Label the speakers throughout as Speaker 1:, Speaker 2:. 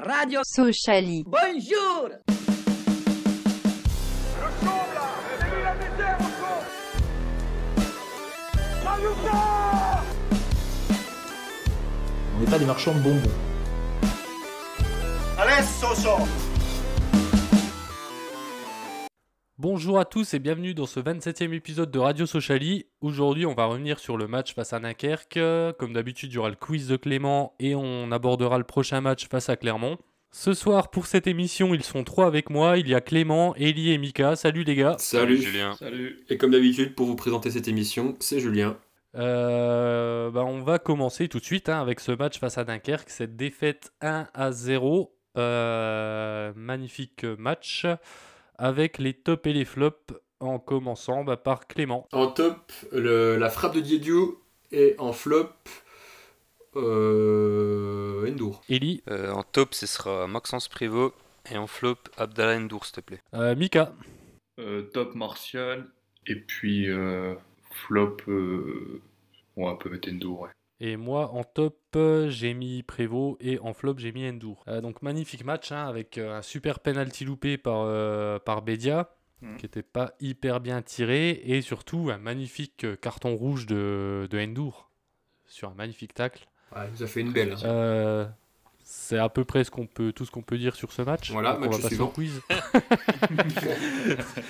Speaker 1: radio.
Speaker 2: Sociali.
Speaker 1: Bonjour
Speaker 3: On n'est pas des marchands de bonbons.
Speaker 4: Bonjour à tous et bienvenue dans ce 27e épisode de Radio Sociali. Aujourd'hui, on va revenir sur le match face à Dunkerque. Euh, Comme d'habitude, il y aura le quiz de Clément et on abordera le prochain match face à Clermont. Ce soir, pour cette émission, ils sont trois avec moi. Il y a Clément, Ellie et Mika. Salut les gars.
Speaker 5: Salut,
Speaker 6: Salut, Julien.
Speaker 5: Salut. Et comme d'habitude, pour vous présenter cette émission, c'est Julien.
Speaker 4: Euh, bah, on va commencer tout de suite hein, avec ce match face à Dunkerque, cette défaite 1 à 0. Euh, magnifique match avec les tops et les flops en commençant bah, par Clément.
Speaker 5: En top, le- la frappe de Diédiou et en flop, euh, Endour.
Speaker 4: Ellie,
Speaker 6: Euh, en top, ce sera Maxence Prévost. Et en flop, Abdallah Ndour, s'il te plaît.
Speaker 4: euh, Mika,
Speaker 7: Euh, top Martial et puis euh, flop. euh, Ouais, on peut mettre Endour. Ouais.
Speaker 4: Et moi, en top, euh, j'ai mis Prévost et en flop, j'ai mis Endour. Euh, donc, magnifique match hein, avec euh, un super penalty loupé par, euh, par Bedia,
Speaker 5: Hmm.
Speaker 7: Mhm.
Speaker 4: qui n'était pas hyper bien tiré, et surtout un magnifique euh, carton rouge de, de Endour sur un magnifique tacle.
Speaker 5: Ouais, il nous a fait une belle. hein.
Speaker 4: Euh, c'est à peu près ce qu'on peut, tout ce qu'on peut dire sur ce match.
Speaker 5: Voilà,
Speaker 4: Donc, on
Speaker 5: match
Speaker 4: va passer
Speaker 5: suivant.
Speaker 4: au quiz.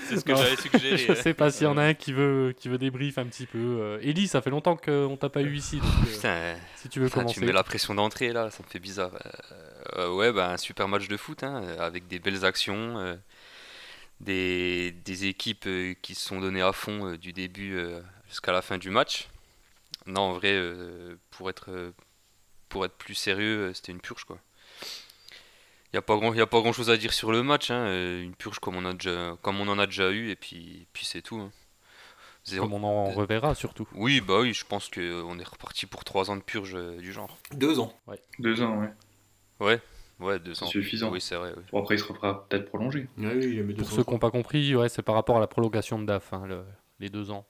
Speaker 6: C'est ce
Speaker 4: que j'avais
Speaker 6: suggéré.
Speaker 4: Je sais pas s'il y en a un qui veut, qui veut débrief un petit peu. Euh, Ellie, ça fait longtemps qu'on t'a pas eu ici. donc, euh,
Speaker 6: Putain, euh,
Speaker 4: si tu veux
Speaker 6: putain,
Speaker 4: commencer.
Speaker 6: tu me mets la pression d'entrée là, ça me fait bizarre. Euh, euh, ouais, bah, un super match de foot hein, euh, avec des belles actions, euh, des, des équipes euh, qui se sont données à fond euh, du début euh, jusqu'à la fin du match. Non, en vrai, euh, pour, être, euh, pour être plus sérieux, euh, c'était une purge quoi. Il n'y a, pas grand- y a pas grand chose à dire sur le match, hein, euh, une purge comme on, a déjà, comme on en a déjà eu, et puis, puis c'est tout. hein. Zéro,
Speaker 4: Comme on en
Speaker 6: Euh,
Speaker 4: reverra surtout.
Speaker 6: Oui, bah oui, je pense qu'on est reparti pour 3 ans de purge euh, du genre.
Speaker 5: Deux ans.
Speaker 7: Deux ans, ouais.
Speaker 6: Ouais, 2
Speaker 7: C'est
Speaker 6: ans.
Speaker 7: suffisant.
Speaker 6: Oui, c'est vrai. oui.
Speaker 7: Bon, après, il se fera peut-être prolonger.
Speaker 5: Ouais, oui, il a mis deux
Speaker 4: Pour ceux qui n'ont pas compris, ouais, c'est par rapport à la prolongation de DAF, hein, le- les deux ans.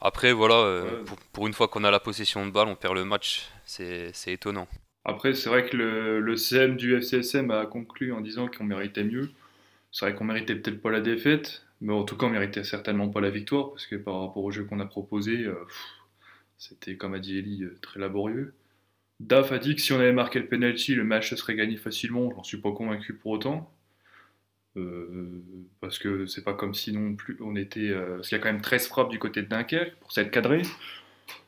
Speaker 6: Après, voilà, euh,
Speaker 7: Ouais.
Speaker 6: pour, pour une fois qu'on a la possession de balle, on perd le match. C'est c'est étonnant.
Speaker 7: Après, c'est vrai que le, le CM du FCSM a conclu en disant qu'on méritait mieux. C'est vrai qu'on méritait peut-être pas la défaite, mais en tout cas, on méritait certainement pas la victoire, parce que par rapport au jeu qu'on a proposé, euh, pff, c'était, comme a dit Eli, euh, très laborieux. Daf a dit que si on avait marqué le penalty, le match se serait gagné facilement. J'en suis pas convaincu pour autant. Euh, parce que c'est pas comme si non plus on était. euh, parce qu'il y a quand même 13 frappes du côté de Dunkerque pour s'être cadré.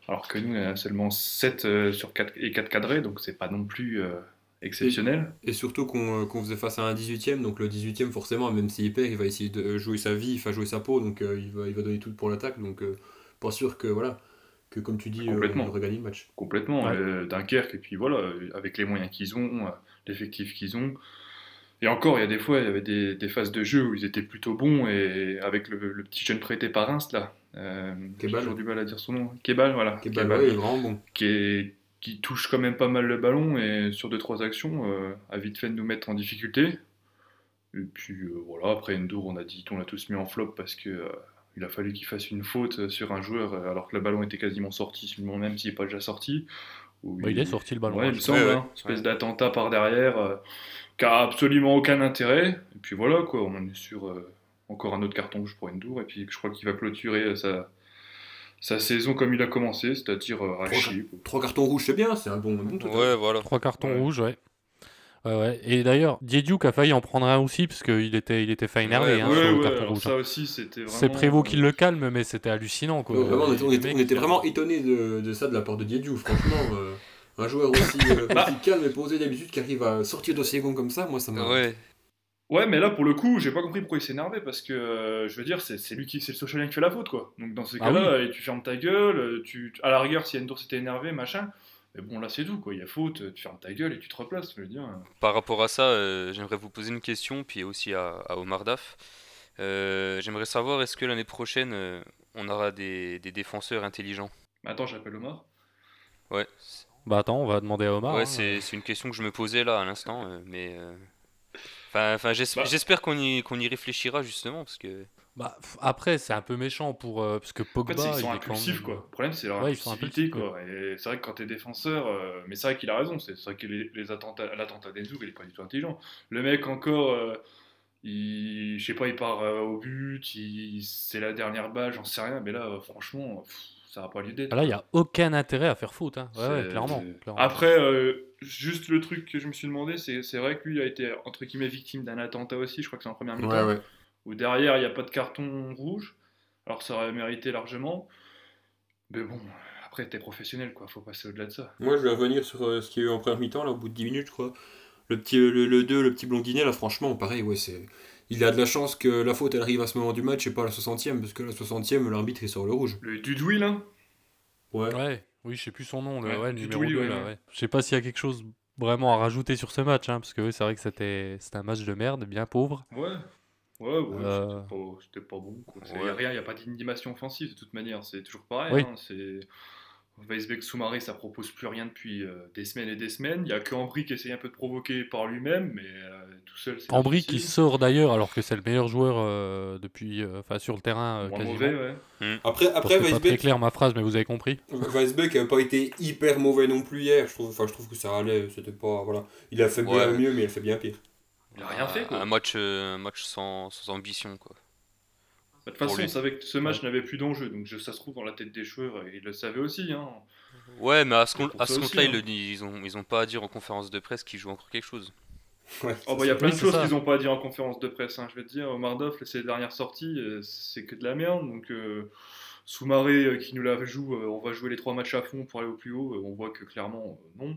Speaker 7: Alors que nous, on a seulement 7 sur 4 et 4 cadrés, donc c'est pas non plus euh, exceptionnel.
Speaker 5: Et surtout qu'on euh, qu'on faisait face à un 18ème, donc le 18ème, forcément, même s'il perd, il va essayer de euh, jouer sa vie, il va jouer sa peau, donc euh, il, va, il va donner tout pour l'attaque. Donc, euh, pas sûr que, voilà, que comme tu dis, euh,
Speaker 7: Complètement.
Speaker 5: on aurait gagné le match.
Speaker 7: Complètement.
Speaker 4: Ouais.
Speaker 7: euh, Dunkerque, et puis voilà, euh, avec les moyens qu'ils ont, euh, l'effectif qu'ils ont. Et encore, il y a des fois, il y avait des, des phases de jeu où ils étaient plutôt bons, et avec le, le petit jeune prêté par Reims, là. Euh, j'ai
Speaker 5: Kebal.
Speaker 7: toujours du mal à dire son nom. Kebal, voilà.
Speaker 5: Ok, bah,
Speaker 7: Kebal.
Speaker 5: ouais, il est vraiment bon.
Speaker 7: qui, est- qui touche quand même pas mal le ballon et sur deux trois actions euh, a vite fait de nous mettre en difficulté. Et puis euh, voilà, après Endur, on a dit on l'a tous mis en flop parce que euh, il a fallu qu'il fasse une faute sur un joueur euh, alors que le ballon était quasiment sorti, si- même s'il n'est pas déjà sorti. Où
Speaker 4: Bah, il est sorti le ballon.
Speaker 7: Ouais, il me semble,
Speaker 6: Ouais, ouais.
Speaker 7: hein, espèce d'attentat par derrière euh, qui a absolument aucun intérêt. Et puis voilà, quoi, on est sur euh, encore un autre carton rouge pour Endur. Et puis je crois qu'il va clôturer euh, sa, sa saison comme il a commencé, c'est-à-dire euh, à
Speaker 5: Trois-
Speaker 7: chier, quoi.
Speaker 5: Trois cartons rouges, c'est bien, c'est un bon, bon total.
Speaker 6: Ouais, voilà.
Speaker 4: Trois cartons
Speaker 7: Ouais.
Speaker 4: rouges, ouais. Ouais, ouais. Et d'ailleurs, Dieduc a failli en prendre un aussi, parce qu'il était, il était fin énervé
Speaker 6: Ouais,
Speaker 4: hein,
Speaker 7: Ouais,
Speaker 4: sur le
Speaker 7: ouais,
Speaker 4: carton
Speaker 7: alors
Speaker 4: rouge.
Speaker 7: ça aussi, c'était vraiment. euh,
Speaker 4: C'est Prévost qui le calme, mais c'était hallucinant. Quoi.
Speaker 5: Donc, vraiment, on,
Speaker 4: Euh,
Speaker 5: était, on
Speaker 4: le
Speaker 5: était-
Speaker 4: mec,
Speaker 5: on était vraiment étonné de, de ça de la part de Diédiou, franchement. euh, un joueur aussi, euh, aussi calme et posé d'habitude qui arrive à sortir de ses gonds comme ça, moi ça m'a.
Speaker 6: Ouais.
Speaker 7: Ouais, mais là, pour le coup, j'ai pas compris pourquoi il s'est énervé, parce que, euh, je veux dire, c'est c'est lui qui, c'est le socialien qui fait la faute, quoi. Donc, dans ces
Speaker 4: Ah
Speaker 7: cas-là, euh, tu fermes ta gueule, euh, tu, à la rigueur, si Endor s'était énervé, machin. Mais bon, là, c'est tout, quoi. Il y a faute, tu fermes ta gueule et tu te replaces, je veux dire.
Speaker 6: Par rapport à ça, euh, j'aimerais vous poser une question, puis aussi à, à Omar Daf. Euh, j'aimerais savoir, est-ce que l'année prochaine, euh, on aura des, des défenseurs intelligents
Speaker 7: Mais attends, j'appelle Omar.
Speaker 6: Ouais,
Speaker 4: Bah attends, on va demander à Omar. hein.
Speaker 6: ouais c'est c'est une question que je me posais là à l'instant, euh, mais... euh, Enfin, enfin, j'es-
Speaker 7: Bah.
Speaker 6: j'espère qu'on y, qu'on y réfléchira justement, parce que...
Speaker 4: Bah, pff, après, c'est un peu méchant pour. euh, parce que Pogba.
Speaker 7: En fait, c'est qu'ils sont
Speaker 4: il est quand
Speaker 7: impulsifs,
Speaker 4: même-
Speaker 7: quoi. Le problème, c'est leur
Speaker 4: Ouais, ils sont
Speaker 7: impulsivité,
Speaker 4: impulsifs,
Speaker 7: quoi. Et c'est vrai que quand t'es défenseur, euh, mais c'est vrai qu'il a raison, c'est c'est vrai que les, les attentats, l'attentat des il est pas du tout intelligent. Le mec, encore, euh, il, je sais pas, il part euh, au but, il- c'est la dernière balle, j'en sais rien, mais là, euh, franchement, pff, ça n'a pas lieu d'être.
Speaker 4: Ah, Là, il n'y a aucun intérêt à faire faute. hein. Ouais, ouais,
Speaker 7: C'est-
Speaker 4: clairement.
Speaker 7: c'est-
Speaker 4: clairement.
Speaker 7: Après, euh, juste le truc que je me suis demandé, c'est c'est vrai que lui a été, entre guillemets, victime d'un attentat aussi, je crois que c'est en première mi-temps.
Speaker 5: Ouais, ouais.
Speaker 7: où derrière il n'y a pas de carton rouge, alors ça aurait mérité largement. Mais bon, après t'es professionnel quoi, faut passer au-delà de ça.
Speaker 5: Moi, je vais revenir sur euh, ce qu'il y a eu en première mi-temps, là, au bout de 10 minutes, je crois. Le petit, euh, le, 2, le petit blondinet, là, franchement, pareil, ouais, c'est. Il a de la chance que la faute, elle arrive à ce moment du match et pas à la 60e, parce que la 60e, l'arbitre, il sort le rouge.
Speaker 7: Le hein. Dudouille là
Speaker 5: Ouais.
Speaker 4: Ouais, oui, je sais plus son nom, le,
Speaker 7: Ouais,
Speaker 4: ouais, le
Speaker 7: du
Speaker 4: numéro
Speaker 7: Toulouse,
Speaker 4: 2.
Speaker 7: ouais,
Speaker 4: là,
Speaker 7: ouais.
Speaker 4: ouais. Je sais pas s'il y a quelque chose vraiment à rajouter sur ce match, hein, parce que oui, c'est vrai que c'était c'était un match de merde, bien pauvre.
Speaker 7: Ouais. Ouais, ouais,
Speaker 4: Euh.
Speaker 7: c'était pas- c'était pas, bon quoi. Il
Speaker 6: Ouais.
Speaker 7: a rien, il n'y a pas d'animation offensive de toute manière, c'est toujours pareil.
Speaker 4: Oui.
Speaker 7: hein, c'est... Weisbeck Soumaré, ça propose plus rien depuis euh, des semaines et des semaines. Il n'y a que Ambry qui essaye un peu de provoquer par lui-même, mais euh, tout seul c'est.
Speaker 4: Ambry qui
Speaker 7: difficile.
Speaker 4: sort d'ailleurs, alors que c'est le meilleur joueur euh, depuis, euh, enfin sur le terrain euh,
Speaker 7: Moins
Speaker 4: quasiment.
Speaker 7: mauvais, ouais. Bah,
Speaker 5: Après,
Speaker 4: Parce
Speaker 5: après
Speaker 4: que c'est pas très
Speaker 5: Weisbeck,
Speaker 4: clair ma phrase, mais vous avez compris.
Speaker 5: Weisbeck a pas été hyper mauvais non plus hier. Je trouve, enfin, je trouve que ça allait, c'était pas. Voilà. Il a fait bien
Speaker 6: Ouais.
Speaker 5: mieux, mais il a fait bien pire.
Speaker 7: Il a rien
Speaker 6: Un-
Speaker 7: fait quoi.
Speaker 6: Un match, euh, un match sans, sans ambition, quoi.
Speaker 7: De toute
Speaker 6: Pour
Speaker 7: façon,
Speaker 6: lui.
Speaker 7: on savait que ce match n'avait plus d'enjeu, donc je- ça se trouve dans la tête des joueurs, et ils le savaient aussi. Hein.
Speaker 6: Ouais, mais à ce, compte-
Speaker 7: Pour
Speaker 6: à ce
Speaker 7: ça
Speaker 6: compte-là,
Speaker 7: aussi,
Speaker 6: ils,
Speaker 7: hein.
Speaker 6: le disent- ils, ont, ils ont pas à dire en conférence de presse qu'ils jouent encore quelque chose.
Speaker 5: Ouais,
Speaker 7: Oh, bah, il y a plein de
Speaker 4: c'est
Speaker 7: choses
Speaker 4: ça.
Speaker 7: qu'ils n'ont pas dit en conférence de presse, hein. je vais te dire. Omar Doff, ses dernières sorties, euh, c'est que de la merde. Donc, euh, Soumaré euh, qui nous la joue, euh, on va jouer les trois matchs à fond pour aller au plus haut. euh, on voit que clairement, euh, non.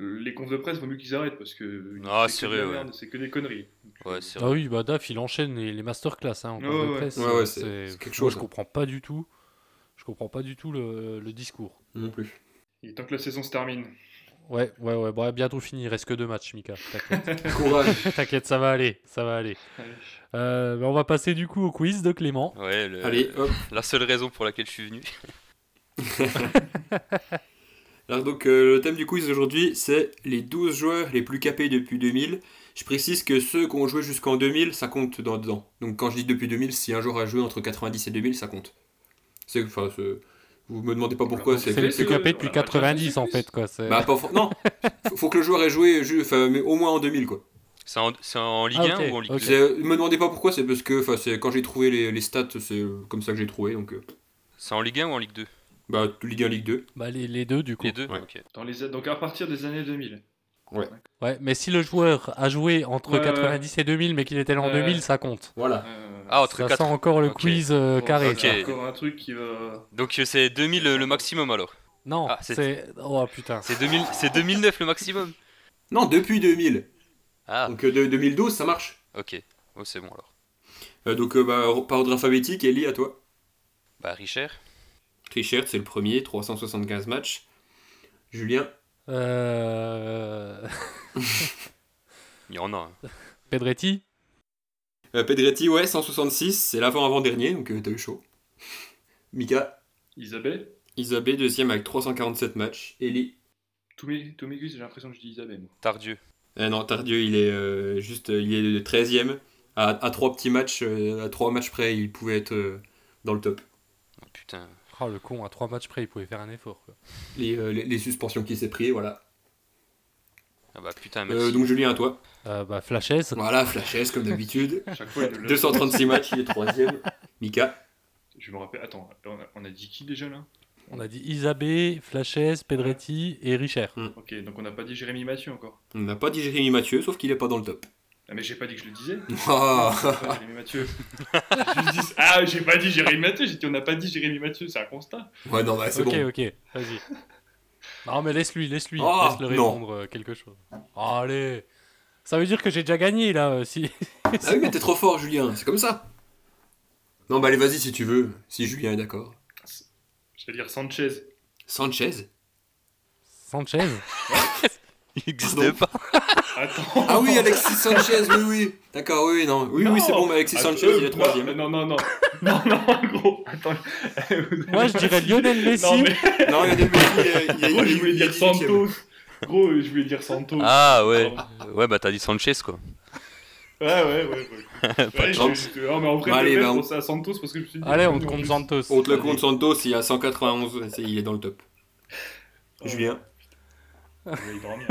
Speaker 7: Euh, Les confs de presse, vaut mieux qu'ils arrêtent parce que euh,
Speaker 6: Ah,
Speaker 7: que
Speaker 6: c'est
Speaker 7: de
Speaker 6: vrai,
Speaker 7: la
Speaker 6: ouais.
Speaker 7: merde, c'est que des conneries. Donc, euh,
Speaker 6: Ouais, c'est
Speaker 4: Ah
Speaker 6: vrai.
Speaker 4: oui, bah Daf, il enchaîne les, les masterclass hein, en
Speaker 7: Ouais,
Speaker 4: cours de
Speaker 7: ouais.
Speaker 4: presse.
Speaker 5: Ouais, ouais, c'est- c'est quelque
Speaker 4: Moi,
Speaker 5: chose. hein.
Speaker 4: je comprends pas du tout. Je comprends pas du tout le, le discours.
Speaker 5: Non plus.
Speaker 7: Il est temps que la saison se termine.
Speaker 4: Ouais, ouais, ouais. Bon, bientôt fini. Il reste que deux matchs, Mika. T'inquiète.
Speaker 5: Courage.
Speaker 4: T'inquiète, ça va aller, ça va aller.
Speaker 7: Allez.
Speaker 4: Euh, bah, on va passer du coup au quiz de Clément.
Speaker 6: Ouais, le-
Speaker 5: Euh, Allez, hop.
Speaker 6: la seule raison pour laquelle je suis venu.
Speaker 5: Alors donc euh, le thème du quiz aujourd'hui c'est les 12 joueurs les plus capés depuis 2000. Je précise que ceux qui ont joué jusqu'en 2000 ça compte dans dedans. Donc quand je dis depuis 2000 si un joueur a joué entre 90 et 2000 ça compte. C'est enfin c'est- vous me demandez pas pourquoi
Speaker 7: Voilà,
Speaker 5: c'est
Speaker 4: C'est le
Speaker 7: Exactement.
Speaker 4: plus
Speaker 5: c'est-
Speaker 6: Ah,
Speaker 4: capé
Speaker 6: bah,
Speaker 4: depuis
Speaker 7: Voilà,
Speaker 4: 90 en
Speaker 7: Manchester
Speaker 4: fait quoi. c'est-
Speaker 5: bah, pas for- non, faut- faut que le joueur ait joué ju- enfin, mais au moins en 2000 quoi.
Speaker 6: C'est en, c'est en Ligue
Speaker 4: Ah,
Speaker 6: 1
Speaker 4: ok,
Speaker 6: ou en Ligue
Speaker 4: ok.
Speaker 6: 2
Speaker 5: C'est- euh, me demandez pas pourquoi, c'est parce que enfin, c'est quand j'ai trouvé les, les stats, c'est comme ça que j'ai trouvé donc euh,
Speaker 6: C'est en Ligue 1 ou en Ligue 2
Speaker 5: bah Ligue 1 Ligue 2.
Speaker 4: Bah, les, les deux du coup.
Speaker 6: Les deux
Speaker 5: Ouais.
Speaker 6: Ok.
Speaker 7: Dans les... Donc, à partir des années 2000.
Speaker 4: Ouais, mais si le joueur a joué entre
Speaker 7: Ouais, ouais.
Speaker 4: 90 et 2000 mais qu'il était là en
Speaker 7: Ouais.
Speaker 4: 2000, ça compte.
Speaker 5: Voilà.
Speaker 7: euh,
Speaker 6: Ah, entre
Speaker 4: Ça sent
Speaker 6: 4.
Speaker 4: encore le
Speaker 6: Ok.
Speaker 4: quiz euh,
Speaker 7: bon,
Speaker 4: carré.
Speaker 7: ça,
Speaker 4: ça.
Speaker 7: c'est encore un truc qui va.
Speaker 6: Donc euh, c'est 2000 euh, le maximum alors.
Speaker 4: Non,
Speaker 6: Ah, c'est-
Speaker 4: c'est oh putain.
Speaker 6: C'est 2000 c'est 2009 le maximum.
Speaker 5: Non, depuis 2000.
Speaker 6: Ah,
Speaker 5: Donc euh, de- 2012 ça marche.
Speaker 6: ok. Oh, c'est bon alors.
Speaker 5: Euh, donc euh, bah, par ordre alphabétique, Ellie à toi.
Speaker 6: Bah, Richard.
Speaker 5: Richard, c'est le premier, 375 matchs. Julien,
Speaker 4: Euh...
Speaker 6: Il y en a. hein.
Speaker 4: Pedretti,
Speaker 5: euh, Pedretti, ouais, 166, c'est l'avant-avant-dernier, donc euh, t'as eu chaud. Mika,
Speaker 7: Isabelle
Speaker 5: Isabé, deuxième avec 347 matchs. Eli,
Speaker 7: Toumi- Tomigus, j'ai l'impression que je dis Isabelle. moi.
Speaker 6: Tardieu.
Speaker 5: euh, non, Tardieu, il est euh, juste, euh, il est le 13e. À, à trois petits matchs, euh, à trois matchs près, il pouvait être euh, dans le top.
Speaker 6: Oh, putain.
Speaker 4: oh le con à trois matchs près, il pouvait faire un effort. quoi.
Speaker 5: Les, euh, les- les suspensions qu'il s'est pris, voilà.
Speaker 6: Ah bah putain, merci.
Speaker 5: Euh, donc Julien, à toi.
Speaker 4: Euh, bah Flashes,
Speaker 5: Voilà, flashes comme d'habitude.
Speaker 7: Chaque fois, il nous le-
Speaker 5: 236 matchs, il est troisième. Mika,
Speaker 7: Je me rappelle. Attends, on a, on a dit qui déjà là
Speaker 4: on a dit Isabé, Flashes, Pedretti et Richer.
Speaker 7: Ok, donc on n'a pas dit Jérémy Mathieu encore.
Speaker 5: on n'a pas dit Jérémy Mathieu, sauf qu'il est pas dans le top.
Speaker 7: Ah, mais j'ai pas dit que je le disais.
Speaker 5: Ah.
Speaker 7: Ah, Jérémy Mathieu. Je me dis, ah, j'ai pas dit Jérémy Mathieu. J'ai dit, on n'a pas dit Jérémy Mathieu, c'est un constat.
Speaker 5: Ouais, non, bah, c'est
Speaker 4: ok,
Speaker 5: bon.
Speaker 4: ok, vas-y. Non, mais laisse-lui, laisse-lui,
Speaker 5: Ah,
Speaker 4: laisse-le
Speaker 5: non.
Speaker 4: répondre euh, quelque chose. Oh, Allez Ça veut dire que j'ai déjà gagné, là, euh, si...
Speaker 5: Ah oui, mais t'es trop fort, Julien, c'est comme ça. Non, bah allez, vas-y si tu veux, si Julien est d'accord.
Speaker 7: Je vais dire Sanchez.
Speaker 5: Sanchez
Speaker 4: Sanchez
Speaker 6: Il n'existait pas.
Speaker 7: Attends.
Speaker 5: Ah oui, Alexis Sanchez, oui, oui. D'accord, oui, oui, non. Oui, oui,
Speaker 7: Non.
Speaker 5: c'est bon, mais Alexis
Speaker 7: Attends,
Speaker 5: Sanchez, il
Speaker 7: euh,
Speaker 5: est troisième.
Speaker 7: Non, non, non. Non, non, gros. Attends.
Speaker 4: Moi, je dirais Lionel Messi.
Speaker 7: Non, mais
Speaker 5: Non, il y a des mecs, il est- il est-
Speaker 7: gros, je
Speaker 5: il est-
Speaker 7: voulais
Speaker 5: il est
Speaker 7: dire
Speaker 5: 18e.
Speaker 7: Santos. Gros, je voulais dire Santos.
Speaker 6: Ah ouais.
Speaker 7: Pardon.
Speaker 6: Ouais, bah t'as dit Sanchez quoi.
Speaker 7: Ouais, ouais, ouais. ouais.
Speaker 6: Pas de
Speaker 7: Ouais, je-
Speaker 5: chance.
Speaker 7: je- non, mais en vrai,
Speaker 5: Bah,
Speaker 7: de
Speaker 5: allez,
Speaker 7: vrai,
Speaker 5: bah,
Speaker 7: je
Speaker 5: on-
Speaker 7: pensais à Santos parce que je me suis dit.
Speaker 4: Allez,
Speaker 7: mais
Speaker 4: on te
Speaker 7: non,
Speaker 4: compte
Speaker 7: plus.
Speaker 4: Santos.
Speaker 5: On te le
Speaker 4: Allez.
Speaker 5: compte Santos, il a 191, c'est- il est dans le top.
Speaker 7: Ah,
Speaker 5: Julien
Speaker 7: je vais aller dormir.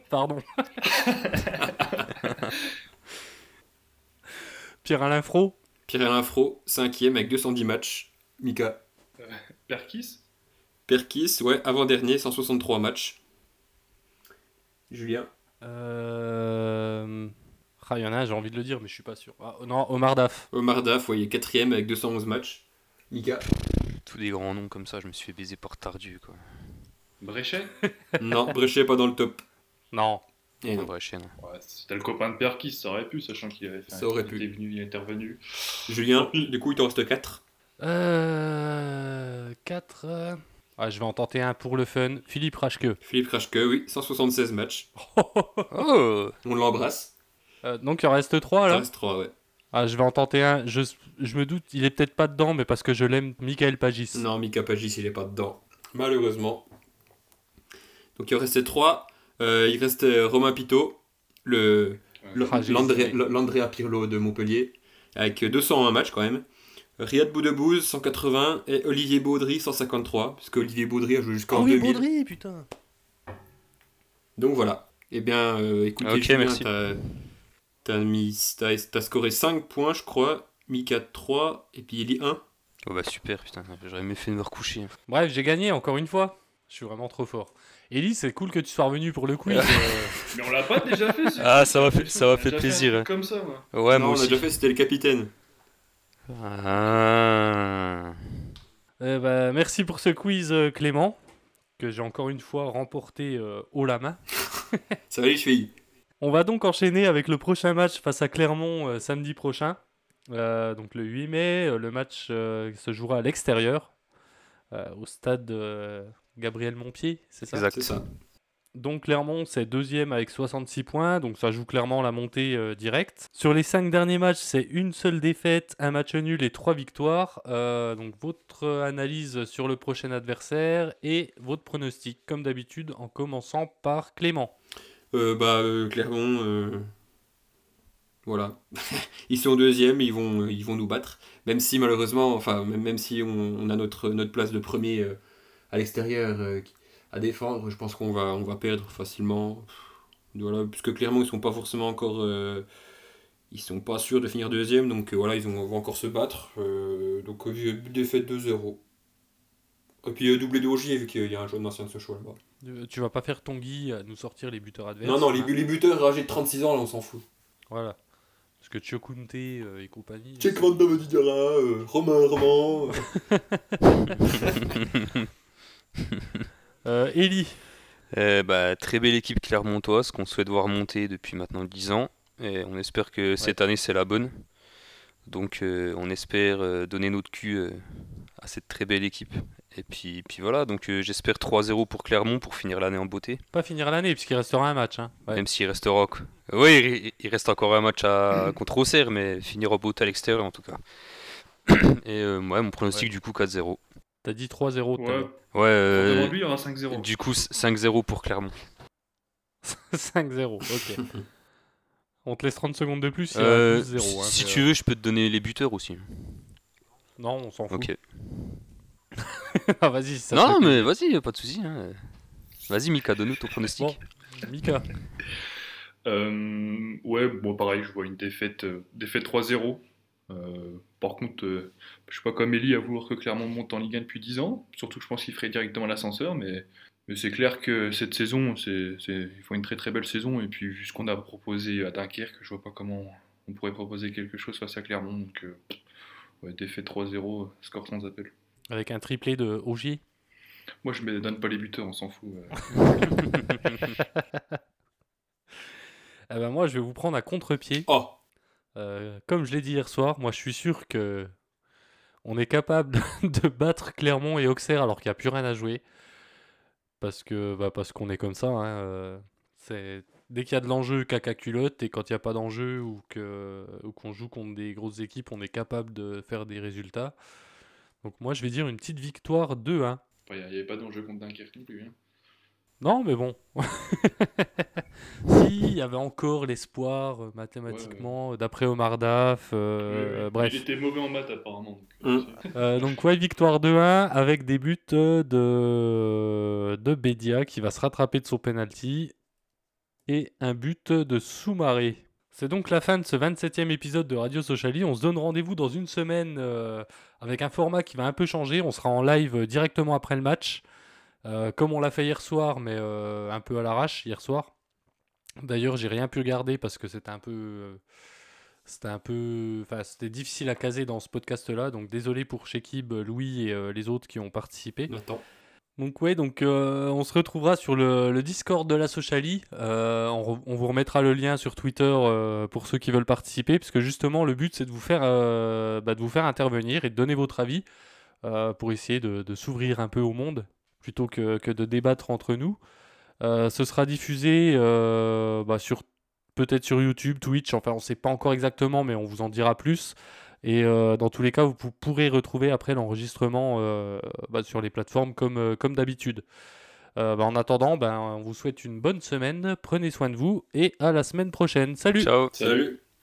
Speaker 4: Pardon. Pierre-Alain Fro
Speaker 5: Pierre-Alain Fro, 5ème avec 210 matchs. Mika
Speaker 7: Perkis
Speaker 5: Perkis, ouais, avant-dernier, 163 matchs. Julien
Speaker 4: euh... ah, il y en a, un, j'ai envie de le dire, mais je suis pas sûr. Ah, non, Omar Daf.
Speaker 5: Omar Daf, ouais, il est 4ème avec 211 matchs. Mika
Speaker 6: Tous des grands noms comme ça, je me suis fait baiser par Tardu quoi.
Speaker 7: Bréchet
Speaker 5: Non, Bréchet pas dans le top.
Speaker 4: Non.
Speaker 5: Et
Speaker 6: En
Speaker 5: non.
Speaker 6: vrai, chaîne.
Speaker 7: Ouais, c'était le copain de Perkis, ça aurait pu, sachant qu'il avait fait.
Speaker 5: Ça aurait
Speaker 7: il
Speaker 5: pu.
Speaker 7: était venu, il est intervenu.
Speaker 5: Julien, du coup, il t'en reste 4.
Speaker 4: Euh... 4... Ah, je vais en tenter un pour le fun. Philippe Raschke.
Speaker 5: Philippe Krashke, oui, 176 matchs.
Speaker 6: Oh
Speaker 5: On l'embrasse.
Speaker 4: Euh, donc il en reste 3
Speaker 5: Ça
Speaker 4: là.
Speaker 5: reste 3, ouais.
Speaker 4: Ah, je vais en tenter un. Je, je me doute, il est peut-être pas dedans, mais parce que je l'aime, Michael Pagis.
Speaker 5: Non, Mika Pagis, il est pas dedans. Malheureusement. Donc, il en restait 3. il restait Romain Pitot, le, le-
Speaker 4: Ah, j'ai
Speaker 5: l'André-
Speaker 4: hésité.
Speaker 5: l'Andrea Pirlo de Montpellier, avec 201 matchs quand même. Riyad Boudebouz, 180, et Olivier Baudry, 153, parce que Olivier Baudry a joué jusqu'en 2000.
Speaker 4: putain.
Speaker 5: Donc voilà. Eh bien, euh, écoutez,
Speaker 6: Ok,
Speaker 5: Julien,
Speaker 6: merci.
Speaker 5: t'as- t'as mis- t'as t'as scoré 5 points, je crois. Mika 3, et puis Eli 1.
Speaker 6: Oh bah super, putain, j'aurais mieux fait de me hein. recoucher.
Speaker 4: Bref, j'ai gagné encore une fois. Je suis vraiment trop fort. Ellie, c'est cool que tu sois revenu pour le quiz. Euh,
Speaker 7: Mais on l'a pas déjà fait, ce-
Speaker 6: Ah, ça m'a fait,
Speaker 7: on
Speaker 6: ça m'a
Speaker 7: a
Speaker 6: fait
Speaker 7: déjà un
Speaker 6: plaisir. hein.
Speaker 7: truc Comme ça, moi.
Speaker 6: Ouais,
Speaker 5: non,
Speaker 6: moi
Speaker 5: on a
Speaker 6: aussi.
Speaker 5: déjà fait, c'était le capitaine.
Speaker 6: Ah.
Speaker 4: Euh, bah, merci pour ce quiz, euh, Clément, que j'ai encore une fois remporté euh, haut la main.
Speaker 5: Ça va les chevilles.
Speaker 4: On va donc enchaîner avec le prochain match face à Clermont euh, samedi prochain. Euh, donc le 8 mai, euh, le match euh, se jouera à l'extérieur, euh, au stade euh, Gabriel Montpied, c'est ça
Speaker 5: C'est
Speaker 6: Exact.
Speaker 5: ça.
Speaker 4: Donc Clermont, c'est deuxième avec 66 points, donc ça joue clairement la montée euh, directe. Sur les cinq derniers matchs, c'est une seule défaite, un match nul et trois victoires. Euh, donc votre analyse sur le prochain adversaire et votre pronostic, comme d'habitude, en commençant par Clément.
Speaker 5: Euh, bah, euh, Clermont, euh, voilà. ils sont deuxième, ils vont, euh, ils vont nous battre. Même si, malheureusement, enfin, même, même si on, on a notre, notre place de premier euh, à l'extérieur euh, qui- à défendre, je pense qu'on va, on va perdre facilement. Pff, Voilà, puisque Clermont, ils sont pas forcément encore. euh, ils sont pas sûrs de finir deuxième, donc euh, voilà, ils ont- vont encore se battre. Euh, donc, euh, défaite 2-0. Et puis, euh, doublé de Ogier, vu qu'il y a un jeune ancien de Sochaux là-bas.
Speaker 4: Euh, Tu vas pas faire ton Guy à nous sortir les buteurs adverses.
Speaker 5: Non, non, les,
Speaker 4: hein.
Speaker 5: bu- les buteurs âgés de 36 ans, là, on s'en fout.
Speaker 4: Voilà. Parce que Tchokounte euh, et compagnie.
Speaker 5: Check
Speaker 4: c'est-
Speaker 5: Random Odidara, euh, Romain Roman.
Speaker 4: Euh, Eli,
Speaker 6: Eh bah, très belle équipe clermontoise qu'on souhaite voir monter depuis maintenant 10 ans. Et on espère que cette année, c'est la bonne. Donc, euh, on espère euh, donner notre cul euh, à cette très belle équipe. Et puis, puis voilà, donc euh, j'espère 3-0 pour Clermont pour finir l'année en beauté.
Speaker 4: pas finir l'année puisqu'il restera un match. hein. Ouais.
Speaker 6: Même s'il restera. qu- Oui, il- il reste encore un match à... contre Auxerre, mais finir en beauté à l'extérieur en tout cas. Et euh, ouais, mon pronostic du coup 4-0.
Speaker 4: T'as dit 3-0.
Speaker 7: Ouais,
Speaker 4: t'as
Speaker 6: Ouais, euh,
Speaker 7: devant lui, il y aura 5-0.
Speaker 6: du coup 5-0 pour Clermont.
Speaker 4: dit. 5-0, ok. On te laisse 30 secondes de plus, il y aura
Speaker 6: Euh,
Speaker 4: 12-0. hein,
Speaker 6: si
Speaker 4: mais,
Speaker 6: tu veux, je peux te donner les buteurs aussi.
Speaker 4: euh, Non, on s'en fout.
Speaker 6: Ok.
Speaker 4: ah, vas-y, ça
Speaker 6: non,
Speaker 4: te plaît.
Speaker 6: mais vas-y, pas de soucis. hein. Vas-y, Mika, donne-nous ton pronostic.
Speaker 4: Bon. Mika,
Speaker 7: Euh, ouais, bon, pareil, je vois une défaite, euh, défaite 3-0. Euh, par contre, euh, je suis pas comme Ellie à vouloir que Clermont monte en Ligue 1 depuis 10 ans. Surtout que je pense qu'il ferait directement l'ascenseur, mais, mais c'est clair que cette saison, c'est, c'est, ils font une très très belle saison. Et puis, vu ce qu'on a proposé à Dunkerque, je vois pas comment on pourrait proposer quelque chose face à Clermont. Donc, euh, ouais, défaite 3-0, score sans appel.
Speaker 4: avec un triplé de Ogier.
Speaker 7: Moi, je me donne pas les buteurs, on s'en fout. euh.
Speaker 4: Eh ben moi, je vais vous prendre à contre-pied.
Speaker 5: Oh,
Speaker 4: Euh, comme je l'ai dit hier soir, moi je suis sûr que on est capable de battre Clermont et Auxerre alors qu'il n'y a plus rien à jouer. Parce que bah, parce qu'on est comme ça. hein, euh, c'est- Dès qu'il y a de l'enjeu, caca culotte, et quand il n'y a pas d'enjeu ou que ou qu'on joue contre des grosses équipes, on est capable de faire des résultats. Donc moi je vais dire une petite victoire hein. 2-1.
Speaker 7: Enfin, Il n'y avait pas d'enjeu contre Dunkerque non plus. hein.
Speaker 4: Non mais bon. S'il y avait encore l'espoir euh, mathématiquement, d'après Omar Daf, euh,
Speaker 7: Oui, oui.
Speaker 4: euh, bref.
Speaker 7: Il était mauvais en maths apparemment. donc,
Speaker 5: Hum.
Speaker 7: c'est-
Speaker 4: Euh, donc ouais, victoire 2-1 avec des buts euh, de, de Bedia qui va se rattraper de son penalty et un but de Soumaré. C'est donc la fin de ce 27e épisode de Radio Sociali. On se donne rendez-vous dans une semaine euh, avec un format qui va un peu changer. On sera en live euh, directement après le match, euh, comme on l'a fait hier soir, mais euh, un peu à l'arrache hier soir. D'ailleurs, j'ai rien pu regarder parce que c'était un peu... euh, c'était un peu. Enfin, c'était difficile à caser dans ce podcast-là. Donc, désolé pour Shekib, Louis et euh, les autres qui ont participé.
Speaker 5: Nathan.
Speaker 4: Donc, ouais, donc, euh, on se retrouvera sur le, le Discord de la Sociali. Euh, on, re- on vous remettra le lien sur Twitter euh, pour ceux qui veulent participer. Parce que justement, le but, c'est de, vous faire, euh, bah, de vous faire intervenir et de donner votre avis euh, pour essayer de, de s'ouvrir un peu au monde plutôt que, que de débattre entre nous. Euh, ce sera diffusé euh, bah, sur peut-être sur YouTube, Twitch, enfin on ne sait pas encore exactement, mais on vous en dira plus. Et euh, dans tous les cas, vous pou- pourrez retrouver après l'enregistrement euh, bah, sur les plateformes comme, euh, comme d'habitude. Euh, bah, en attendant, ben, on vous souhaite une bonne semaine, prenez soin de vous et à la semaine prochaine. Salut
Speaker 6: Ciao
Speaker 5: Salut.